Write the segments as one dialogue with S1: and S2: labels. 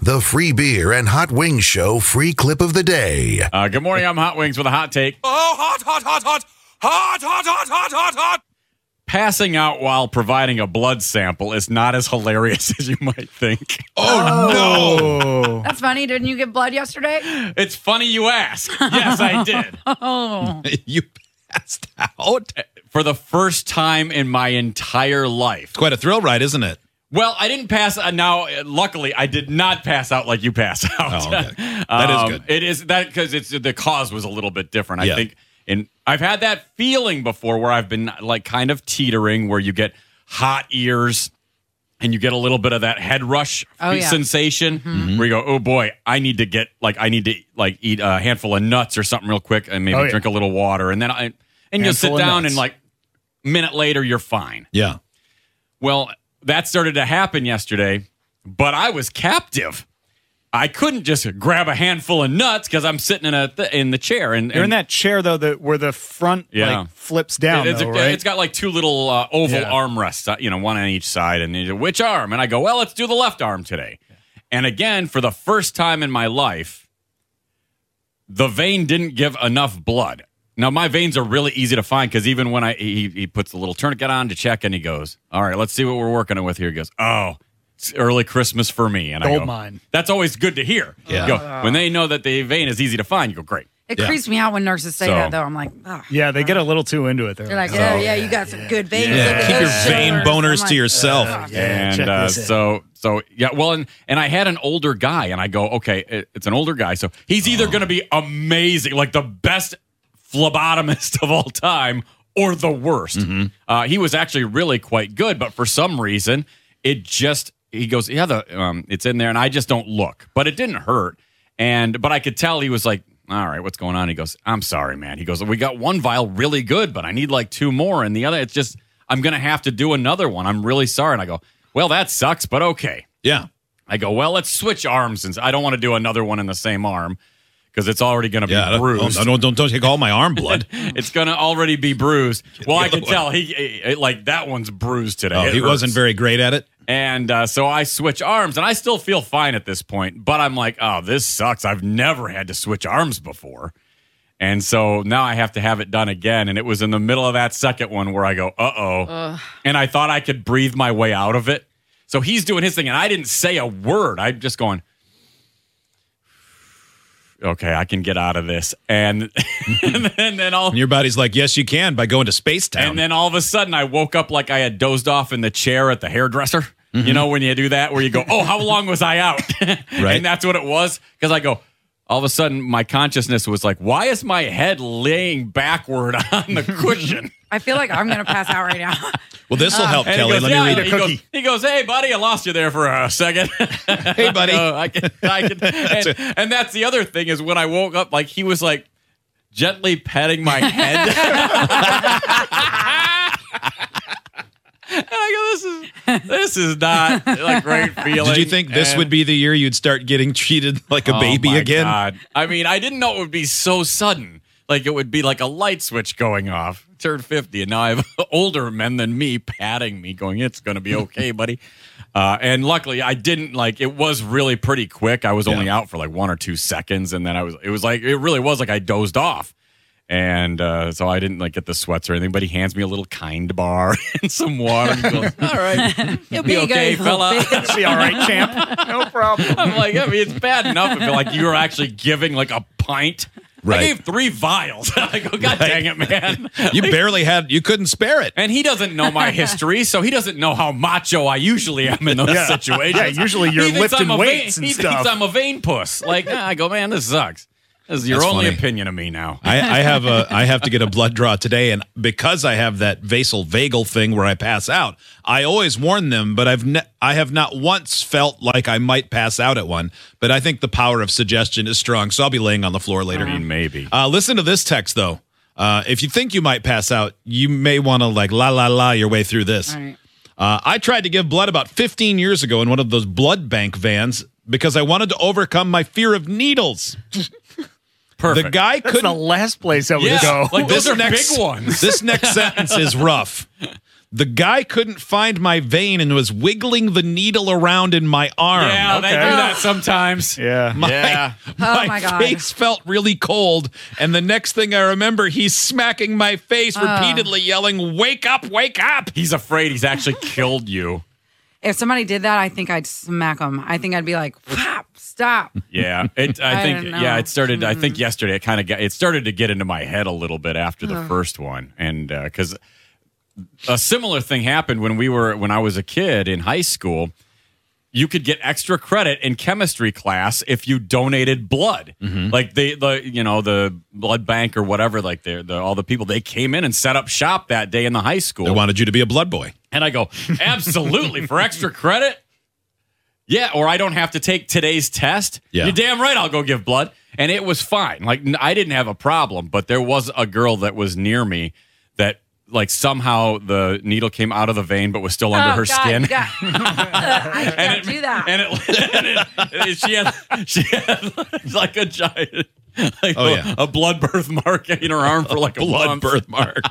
S1: The Free Beer and Hot Wings Show free clip of the day.
S2: Uh, good morning. I'm Hot Wings with a hot take.
S3: Oh, hot, hot, hot, hot, hot, hot, hot, hot, hot, hot.
S2: Passing out while providing a blood sample is not as hilarious as you might think.
S3: Oh,
S4: That's funny. Didn't you get blood yesterday?
S2: It's funny you ask. Yes, I did.
S4: Oh,
S3: no! you passed out.
S2: For the first time in my entire life.
S3: Quite a thrill ride, isn't it?
S2: Well, I didn't pass. Uh, now, uh, luckily, I did not pass out like you pass out. Um,
S3: Oh, okay. That is good.
S2: It is that because it's the cause was a little bit different.
S3: Yeah.
S2: I think, and I've had that feeling before where I've been like kind of teetering, where you get hot ears and you get a little bit of that head rush
S4: Oh, yeah. Mm-hmm.
S2: sensation
S3: Mm-hmm.
S2: where you go, oh boy, I need to get like I need to like eat a handful of nuts or something real quick and maybe
S5: Oh, yeah.
S2: drink a little water, and then I and you'll
S5: Handful
S2: sit
S5: of
S2: down
S5: nuts.
S2: and like minute later you're fine.
S3: Yeah.
S2: Well, that started to happen yesterday, but I was captive. I couldn't just grab a handful of nuts because I'm sitting in a th- in the chair and,
S5: You're in
S2: and
S5: that chair though, that where the front
S2: Yeah.
S5: like flips down,
S2: it's,
S5: though, right?
S2: it's got like two little uh, oval
S5: Yeah.
S2: armrests, uh, you know, one on each side. And they go, which arm? And I go, well, let's do the left arm today. And again, for the first time in my life, the vein didn't give enough blood. Now my veins are really easy to find because even when I he, he puts the little tourniquet on to check and he goes, all right, let's see what we're working with here. He goes, oh, it's early Christmas for me. And I
S5: Gold
S2: go,
S5: mine. Ah.
S2: That's always good to hear.
S3: Yeah.
S2: You go, when they know that the vein is easy to find, you go, great.
S4: it
S3: Yeah.
S4: creeps me out when nurses say
S2: So-
S4: that, though. I'm like, oh.
S5: yeah, they get a little too into it.
S4: They're like, oh, yeah, you got some good veins.
S3: Yeah.
S4: Look at
S3: Keep
S4: those
S3: your vein
S4: shoulders."
S3: boners
S4: I'm
S3: to
S4: like,
S3: yourself.
S4: "Ugh."
S5: Yeah,
S2: and
S5: check
S2: uh,
S5: this out.
S2: so so yeah well and and i had an older guy and i go okay it- it's an older guy so he's either
S5: Oh.
S2: going to be amazing like the best phlebotomist of all time or the worst
S5: Mm-hmm.
S2: uh, he was actually really quite good but for some reason it just he goes yeah the um, it's in there and i just don't look but it didn't hurt and but i could tell he was like all right what's going on he goes i'm sorry man he goes we got one vial really good but i need like two more and the other it's just i'm gonna have to do another one i'm really sorry and i go well that sucks but okay
S3: Yeah.
S2: i go well let's switch arms since i don't want to do another one in the same arm because it's already gonna
S3: Yeah.
S2: be
S3: Don't,
S2: bruised
S3: don't, don't, don't take all my arm blood.
S2: it's gonna already be bruised well i
S3: other
S2: can tell he eh, eh, like that one's bruised today
S3: Oh,
S2: It
S3: he wasn't
S2: hurts.
S3: very great at it.
S2: And uh, so I switch arms, and I still feel fine at this point, but I'm like, oh, this sucks. I've never had to switch arms before. And so now I have to have it done again. And it was in the middle of that second one where I go, uh oh. And I thought I could breathe my way out of it. So he's doing his thing, and I didn't say a word. I'm just going, okay, I can get out of this. And, and then, then all.
S3: And your body's like, yes, you can by going to space town.
S2: And then all of a sudden, I woke up like I had dozed off in the chair at the hairdresser. You know, when you do that, where you go, oh, how long was I out? right. And that's what it was. Because I go, all of a sudden, my consciousness was like, why is my head laying backward on the cushion?
S4: I feel like I'm going to pass out right now.
S3: well, this will help,
S2: Uh, And he
S3: Kelly.
S2: goes,
S3: Let
S2: "Yeah,"
S3: me read
S2: he
S3: it.
S2: goes- he goes, hey, buddy, I lost you there for a second.
S3: Hey, buddy.
S2: Oh, I can, I can. and, and that's the other thing is when I woke up, like he was like gently petting my head. and I go, this is this is not like uh, Oh great feeling.
S3: Did you think this would be the year you'd start getting treated like a baby again?
S2: I mean, I didn't know it would be so sudden. Like it would be like a light switch going off. Turned fifty, and now I have older men than me patting me, going, "It's going to be okay, buddy." Uh, and luckily, I didn't like. It was really pretty quick. I was only out for like one or two seconds, and then I was. It was like it really was like I dozed off, and uh, so I didn't like get the sweats or anything. But he hands me a little kind bar and some water. And he goes, "All right, you'll be
S4: Big
S2: okay,
S4: old
S2: fella."
S4: bitch.
S5: Be all right, champ. No problem.
S2: I'm like, I mean, it's bad enough if like you were actually giving like a pint.
S3: Right.
S2: I gave three vials. I go, God dang it, man.
S3: You barely had, you couldn't spare it.
S2: And he doesn't know my history, so he doesn't know how macho I usually am in those
S5: Yeah.
S2: situations.
S5: Yeah, usually you're
S2: He thinks
S5: lifting
S2: I'm a
S5: weights
S2: vein,
S5: and
S2: he
S5: stuff.
S2: thinks I'm a vein puss. Like, I go, man, this sucks. This is your
S3: That's
S2: only
S3: funny.
S2: opinion of me now.
S3: I, I have a I have to get a blood draw today, and because I have that vasal vagal thing where I pass out, I always warn them. But I've ne- I have not once felt like I might pass out at one. But I think the power of suggestion is strong, so I'll be laying on the floor later.
S2: I mean, maybe.
S3: Uh, listen to this text though. Uh, if you think you might pass out, you may want to like la la la your way through this.
S4: All right.
S3: Uh, I tried to give blood about 15 years ago in one of those blood bank vans because I wanted to overcome my fear of needles.
S2: Perfect.
S3: The guy
S5: That's the
S3: couldn't
S5: last place I would
S2: Yeah.
S5: go.
S2: Like- Oh, Those are big ones.
S3: this next sentence is rough. The guy couldn't find my vein and was wiggling the needle around in my arm.
S2: yeah, they do
S5: Okay.
S2: that sometimes.
S5: yeah.
S3: My,
S2: Yeah.
S3: my,
S4: Oh, my God.
S3: face felt really cold, and the next thing I remember, he's smacking my face
S4: Oh.
S3: repeatedly, yelling, "Wake up! Wake up!"
S2: He's afraid he's actually killed you.
S4: If somebody did that, I think I'd smack them. I think I'd be like, "Pop, stop."
S2: Yeah, it, I
S4: I
S2: think.
S4: don't know. Mm-hmm.
S2: yeah, it started. I think yesterday it kind of got. It started to get into my head a little bit after the first one, and because a similar thing happened when we were when I was a kid in high school. You could get extra credit in chemistry class if you donated blood,
S3: Mm-hmm.
S2: like they, the you know the blood bank or whatever. Like the, the all the people they came in and set up shop that day in the high school.
S3: They wanted you to be a blood boy.
S2: And I go, absolutely for extra credit. Yeah, or I don't have to take today's test.
S3: Yeah.
S2: You're damn right I'll go give blood. And it was fine. Like, n- I didn't have a problem, but there was a girl that was near me that, like, somehow the needle came out of the vein but was still under
S4: Oh,
S2: her
S4: God,
S2: skin.
S4: you got- I can't do that.
S2: And it, and it, and she had, she had like a giant, like
S3: Oh,
S2: a,
S3: yeah.
S2: a blood birthmark in her arm for like a
S3: Blood
S2: month.
S3: birthmark.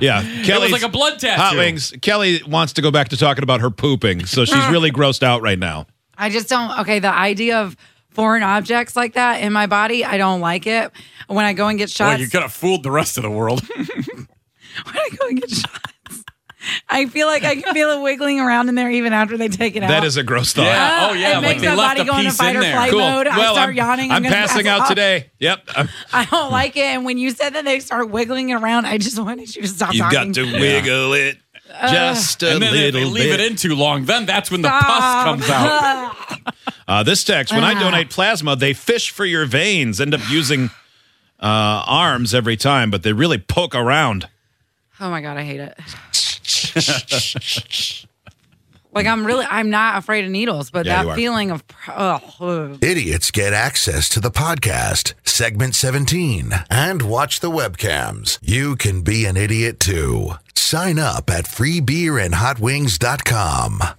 S3: yeah,
S2: It
S3: Kelly's-
S2: was like a blood tattoo.
S3: Hot wings. Kelly wants to go back to talking about her pooping, so
S4: Oh.
S3: she's really grossed out right now.
S4: I just don't. Okay, the idea of foreign objects like that in my body, I don't like it. When I go and get
S2: Well,
S4: shots,
S2: you could have fooled the rest of the world.
S4: when I go and get shots, I feel like I can feel it wiggling around in there even after they take it out.
S3: That is a gross thought.
S2: Yeah. Oh yeah.
S4: Uh, It
S2: like
S4: makes
S2: they
S4: my
S2: left
S4: body
S2: a
S4: go into
S2: piece
S4: fight
S2: in
S4: or
S2: there.
S4: flight.
S3: Cool.
S4: mode, I
S3: well,
S4: start
S3: am
S4: yawning, I'm
S3: I'm,
S4: gonna
S3: passing
S4: pass
S3: out
S4: out.
S3: today. Yep. I'm-
S4: I don't like it. And when you said that they start wiggling it around, I just wanted you to stop
S3: you
S4: talking.
S3: got to wiggle it just a
S2: And then if
S3: little
S2: they leave
S3: bit.
S2: it in too long, then that's when the
S4: Stop.
S2: pus comes out.
S3: Uh, this text: When I donate plasma, they fish for your veins. End up using uh, arms every time, but they really poke around.
S4: Oh my god, I hate it. like I'm really, I'm not afraid of needles, but
S3: Yeah, you
S4: that
S3: are.
S4: feeling of, pr- ugh, ugh.
S1: Idiots get access to the podcast, segment 17, and watch the webcams. You can be an idiot too. Sign up at freebeerandhotwings.com.